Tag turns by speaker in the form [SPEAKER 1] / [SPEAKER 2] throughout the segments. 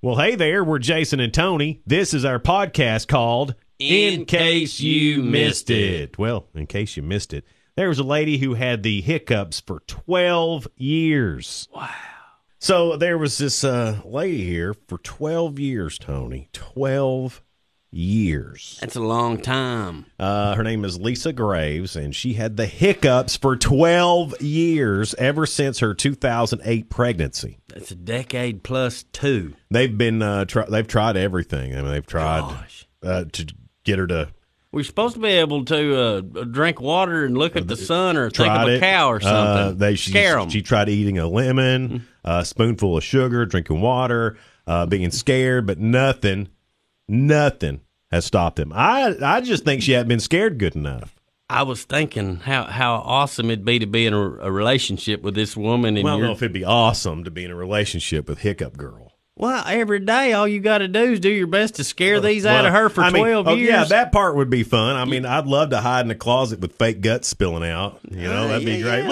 [SPEAKER 1] Well, hey there, we're Jason and Tony. This is our podcast called
[SPEAKER 2] In Case You Missed It.
[SPEAKER 1] Well, in case you missed it, there was a lady who had the hiccups for 12 years. Wow. So there was this uh, lady here for 12 years, Tony. 12 years.
[SPEAKER 2] That's a long time.
[SPEAKER 1] Uh, her name is Lisa Graves, and she had the hiccups for 12 years ever since her 2008 pregnancy.
[SPEAKER 2] That's a decade plus two.
[SPEAKER 1] They've been uh, try- they've tried everything. I mean, they've tried
[SPEAKER 2] Gosh.
[SPEAKER 1] uh, to get her to
[SPEAKER 2] We're supposed to be able to uh, drink water and look at the sun or think
[SPEAKER 1] try
[SPEAKER 2] of a
[SPEAKER 1] it.
[SPEAKER 2] cow or
[SPEAKER 1] Uh,
[SPEAKER 2] something.
[SPEAKER 1] they, she,
[SPEAKER 2] Scare 'em. Mm-hmm.
[SPEAKER 1] she tried eating a lemon, a spoonful of sugar, drinking water, uh, being scared, but nothing, nothing has stopped them. I I just think she hadn't been scared good enough.
[SPEAKER 2] I was thinking how, how awesome it'd be to be in a, a relationship with this woman. And
[SPEAKER 1] Well, I don't
[SPEAKER 2] you're-
[SPEAKER 1] know if it'd be awesome to be in a relationship with Hiccup Girl.
[SPEAKER 2] well, every day all you got to do is do your best to scare these out of
[SPEAKER 1] Well,
[SPEAKER 2] her for
[SPEAKER 1] I mean,
[SPEAKER 2] 12
[SPEAKER 1] oh,
[SPEAKER 2] years.
[SPEAKER 1] Yeah, that part would be fun. I mean, I'd love to hide in a closet with fake guts spilling out. You know, that'd be great.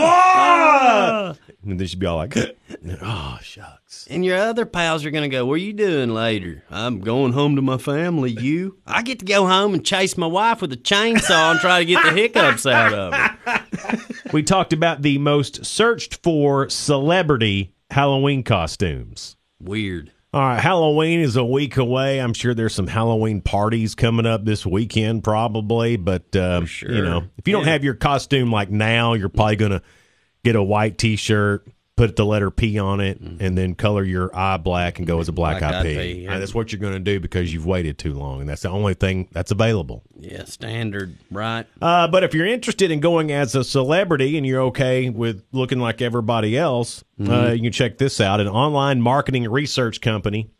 [SPEAKER 1] Ah! And then she'd be all like, oh, shucks.
[SPEAKER 2] and your other pals are going to go, What are you doing later? I'm going home to my family. You? I get to go home and chase my wife with a chainsaw and try to get the hiccups out of her.
[SPEAKER 1] We talked about the most searched for celebrity Halloween costumes.
[SPEAKER 2] Weird.
[SPEAKER 1] All right, Halloween is a week away. I'm sure there's some Halloween parties coming up this weekend, probably. But um, you
[SPEAKER 2] sure.
[SPEAKER 1] know, if you don't
[SPEAKER 2] Yeah.
[SPEAKER 1] have your costume like now, you're probably gonna get a white T-shirt, put the letter P on it, and then color your eye black and go as a black,
[SPEAKER 2] Mm-hmm. Black
[SPEAKER 1] eye
[SPEAKER 2] Eyed
[SPEAKER 1] P.
[SPEAKER 2] Pea, yeah.
[SPEAKER 1] Uh, That's what you're gonna do because you've waited too long, and that's the only thing that's available.
[SPEAKER 2] Yeah, standard, right?
[SPEAKER 1] Uh, but if you're interested in going as a celebrity and you're okay with looking like everybody else, uh, you can check this out. An online marketing research company.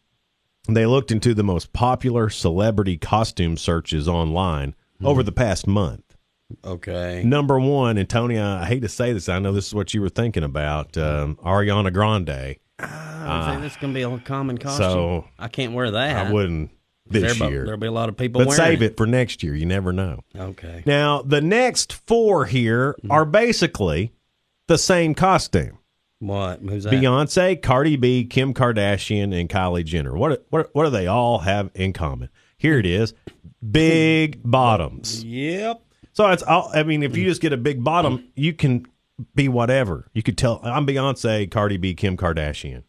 [SPEAKER 1] They looked into the most popular celebrity costume searches online over the past month.
[SPEAKER 2] Okay.
[SPEAKER 1] Number one, and Tony, I I hate to say this, I know this is what you were thinking about, um, Ariana Grande.
[SPEAKER 2] I think that's going to be a common costume.
[SPEAKER 1] so-
[SPEAKER 2] I can't wear that.
[SPEAKER 1] I wouldn't this
[SPEAKER 2] There'll be-
[SPEAKER 1] year,
[SPEAKER 2] There'll be a lot of people
[SPEAKER 1] but
[SPEAKER 2] wearing
[SPEAKER 1] save it for next year. You never know.
[SPEAKER 2] Okay.
[SPEAKER 1] Now, the next four here are basically the same costume.
[SPEAKER 2] What? Who's that?
[SPEAKER 1] Beyonce, Cardi B, Kim Kardashian, and Kylie Jenner. What what what do they all have in common? Here it is: big bottoms.
[SPEAKER 2] Yep.
[SPEAKER 1] So it's all. I mean, if you just get a big bottom, you can be whatever. You could tell I'm Beyonce, Cardi B, Kim Kardashian.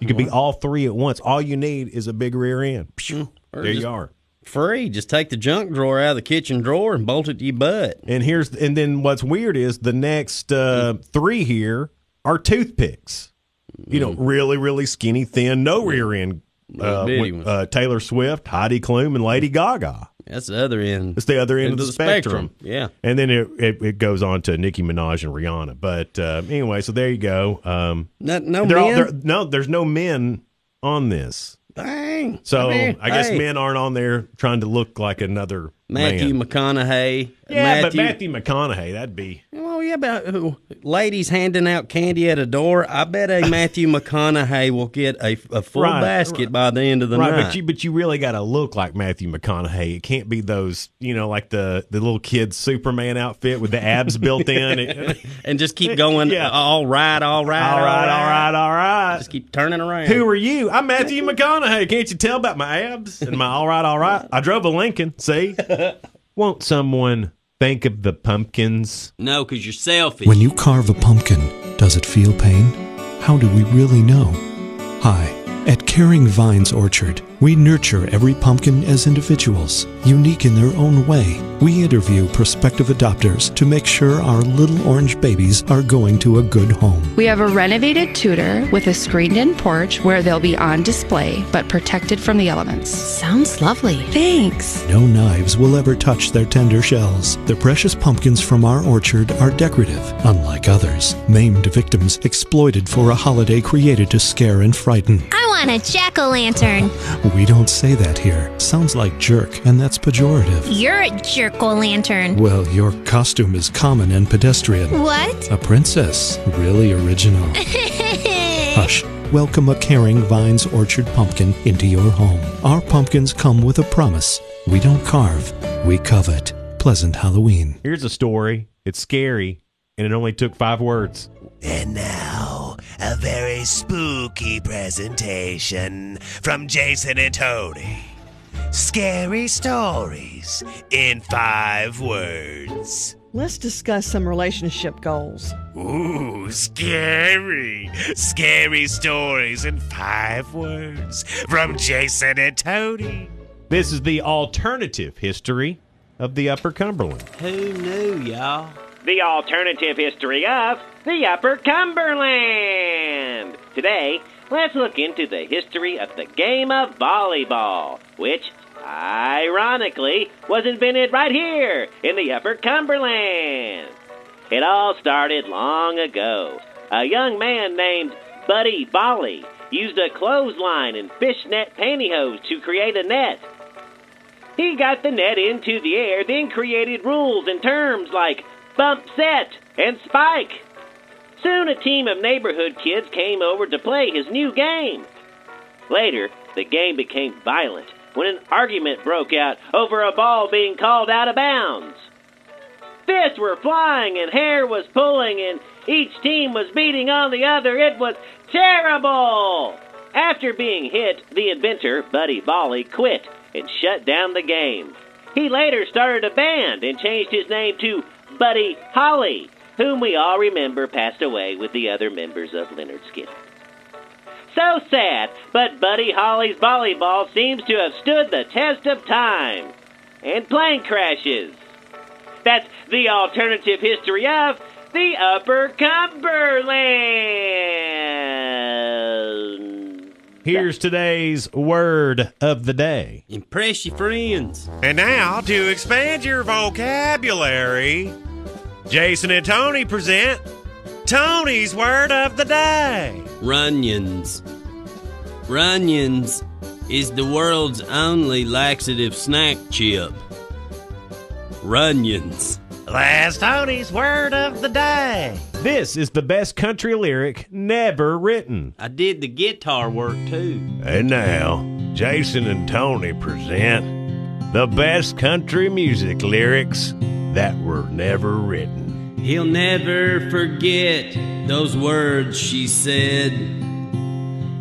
[SPEAKER 1] You could be all three at once. All you need is a big rear end. Phew,
[SPEAKER 2] Hmm. Or
[SPEAKER 1] there
[SPEAKER 2] just-
[SPEAKER 1] you are.
[SPEAKER 2] Free. Just take the junk drawer out of the kitchen drawer and bolt it to your butt.
[SPEAKER 1] And here's and then what's weird is the next uh, three here are toothpicks. You know, really, really skinny, thin, no rear end. Uh,
[SPEAKER 2] bitty
[SPEAKER 1] with,
[SPEAKER 2] ones.
[SPEAKER 1] uh, Taylor Swift, Heidi Klum, and Lady Gaga.
[SPEAKER 2] That's the other end.
[SPEAKER 1] It's the other end of
[SPEAKER 2] Into
[SPEAKER 1] the,
[SPEAKER 2] the
[SPEAKER 1] spectrum.
[SPEAKER 2] spectrum, yeah.
[SPEAKER 1] And then it, it, it goes on to Nicki Minaj and Rihanna. But uh, anyway, so there you go. Um,
[SPEAKER 2] No, no
[SPEAKER 1] they're all,
[SPEAKER 2] men?
[SPEAKER 1] they're, no, there's no men on this.
[SPEAKER 2] Dang.
[SPEAKER 1] So
[SPEAKER 2] mean,
[SPEAKER 1] I guess
[SPEAKER 2] hey.
[SPEAKER 1] men aren't on there trying to look like another
[SPEAKER 2] Matthew
[SPEAKER 1] man.
[SPEAKER 2] McConaughey.
[SPEAKER 1] Yeah,
[SPEAKER 2] Matthew.
[SPEAKER 1] but Matthew McConaughey, that'd be
[SPEAKER 2] Well, yeah, but uh, ladies handing out candy at a door. I bet a Matthew McConaughey will get a, a full
[SPEAKER 1] Right,
[SPEAKER 2] basket by the end of the
[SPEAKER 1] right,
[SPEAKER 2] night.
[SPEAKER 1] but you but you really got to look like Matthew McConaughey. It can't be those, you know, like the the little kid Superman outfit with the abs built in. It-
[SPEAKER 2] and just keep going.
[SPEAKER 1] Yeah.
[SPEAKER 2] All right, all right,
[SPEAKER 1] all right, all right, all right.
[SPEAKER 2] Just keep turning around.
[SPEAKER 1] Who are you? I'm Matthew McConaughey. Can't you tell about my abs and my all right, all right? I drove a Lincoln. See, won't someone think of the pumpkins?
[SPEAKER 2] No, because you're selfish.
[SPEAKER 3] When you carve a pumpkin, does it feel pain? How do we really know? Hi, at Caring Vines Orchard, we nurture every pumpkin as individuals, unique in their own way. We interview prospective adopters to make sure our little orange babies are going to a good home.
[SPEAKER 4] We have a renovated Tudor with a screened in porch where they'll be on display but protected from the elements.
[SPEAKER 5] Sounds lovely.
[SPEAKER 4] Thanks.
[SPEAKER 3] No knives will ever touch their tender shells. The precious pumpkins from our orchard are decorative, unlike others, maimed victims exploited for a holiday created to scare and frighten.
[SPEAKER 5] I want a jack o' lantern.
[SPEAKER 3] We don't say that here. Sounds like jerk, and that's pejorative.
[SPEAKER 5] You're a jerk o' lantern.
[SPEAKER 3] Well, your costume is common and pedestrian.
[SPEAKER 5] What?
[SPEAKER 3] A princess. Really original. Hush. Welcome a caring Vines Orchard pumpkin into your home. Our pumpkins come with a promise. We don't carve, we covet. Pleasant Halloween.
[SPEAKER 1] Here's a story. It's scary, and it only took five words.
[SPEAKER 6] And now, a very spooky presentation from Jason and Tony. Scary stories in five words.
[SPEAKER 7] Let's discuss some relationship goals.
[SPEAKER 6] Ooh, scary. Scary stories in five words from Jason and Tony.
[SPEAKER 1] This is the alternative history of the Upper Cumberland.
[SPEAKER 2] Who knew, y'all?
[SPEAKER 8] The alternative history of the Upper Cumberland. Today, let's look into the history of the game of volleyball, which, ironically, was invented right here in the Upper Cumberland. It all started long ago. A young man named Buddy Bolly used a clothesline and fishnet pantyhose to create a net. He got the net into the air, then created rules and terms like bump set and spike. Soon a team of neighborhood kids came over to play his new game. Later, the game became violent when an argument broke out over a ball being called out of bounds. Fists were flying and hair was pulling and each team was beating on the other. It was terrible! After being hit, the inventor, Buddy Volley, quit and shut down the game. He later started a band and changed his name to Buddy Holly, whom we all remember passed away with the other members of Leonard's Guild. So sad, but Buddy Holly's volleyball seems to have stood the test of time and plane crashes. That's the alternative history of the Upper Cumberland.
[SPEAKER 1] Here's today's word of the day.
[SPEAKER 2] Impress your friends.
[SPEAKER 6] And now, to expand your vocabulary, Jason and Tony present Tony's Word of the Day.
[SPEAKER 2] Runyons. Runyons is the world's only laxative snack chip. Runyons.
[SPEAKER 6] Last Tony's Word of the Day.
[SPEAKER 1] This is the best country lyric never written.
[SPEAKER 2] I did the guitar work too.
[SPEAKER 1] And now, Jason and Tony present the best country music lyrics that were never written.
[SPEAKER 2] He'll never forget those words she said.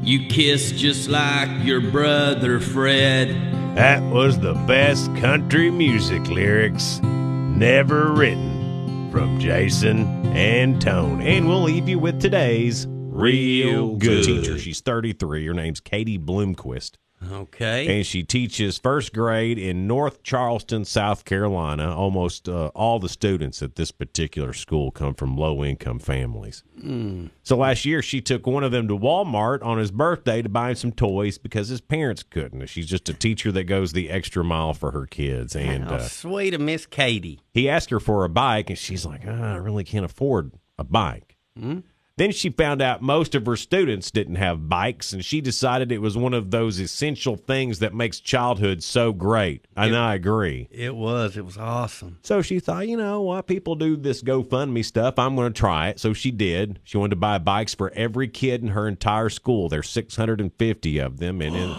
[SPEAKER 2] You kiss just like your brother Fred.
[SPEAKER 1] That was the best country music lyrics never written from Jason and Tony. And we'll leave you with today's real good teacher. She's 33. Her name's Katie Bloomquist.
[SPEAKER 2] Okay.
[SPEAKER 1] and she teaches first grade in North Charleston, South Carolina. Almost uh, all the students at this particular school come from low income families. So last year, she took one of them to Walmart on his birthday to buy him some toys because his parents couldn't. She's just a teacher that goes the extra mile for her kids. And
[SPEAKER 2] How
[SPEAKER 1] uh,
[SPEAKER 2] sweet of Miss Katie.
[SPEAKER 1] he asked her for a bike, and she's like, "Ah, I really can't afford a bike. Then she found out most of her students didn't have bikes, and she decided it was one of those essential things that makes childhood so great. And I agree.
[SPEAKER 2] It was. It was awesome.
[SPEAKER 1] So she thought, you know, why people do this GoFundMe stuff, I'm going to try it. So she did. She wanted to buy bikes for every kid in her entire school. There's 650 of them, and in,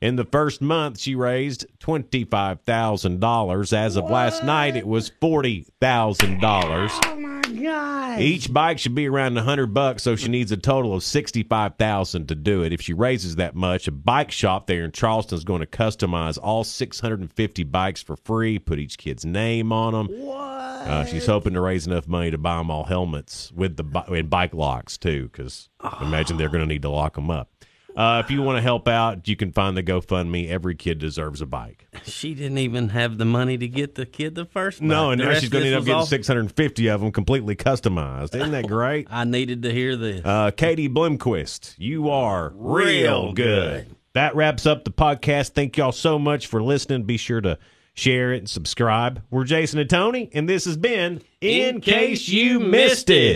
[SPEAKER 1] in the first month, she raised twenty five thousand dollars. As of last night, it was forty thousand dollars. Oh my god! Each bike should be around a hundred bucks, so she needs a total of sixty five thousand to do it. If she raises that much, a bike shop there in Charleston is going to customize all six hundred and fifty bikes for free. Put each kid's name on them. Uh, she's hoping to raise enough money to buy them all helmets with the bi- and bike locks too, because imagine they're going to need to lock them up. Uh, if you want to help out, you can find the GoFundMe. Every kid deserves a bike.
[SPEAKER 2] She didn't even have the money to get the kid the first
[SPEAKER 1] No,
[SPEAKER 2] month.
[SPEAKER 1] Oh, and
[SPEAKER 2] The
[SPEAKER 1] now
[SPEAKER 2] rest
[SPEAKER 1] she's
[SPEAKER 2] of
[SPEAKER 1] going to end
[SPEAKER 2] this
[SPEAKER 1] up
[SPEAKER 2] was
[SPEAKER 1] getting
[SPEAKER 2] all-
[SPEAKER 1] 650 of them completely customized. Isn't that great?
[SPEAKER 2] I needed to hear this.
[SPEAKER 1] Uh, Katie Blomquist, you are real good. That wraps up the podcast. Thank y'all so much for listening. Be sure to share it and subscribe. We're Jason and Tony, and this has been
[SPEAKER 2] In Case You Missed It.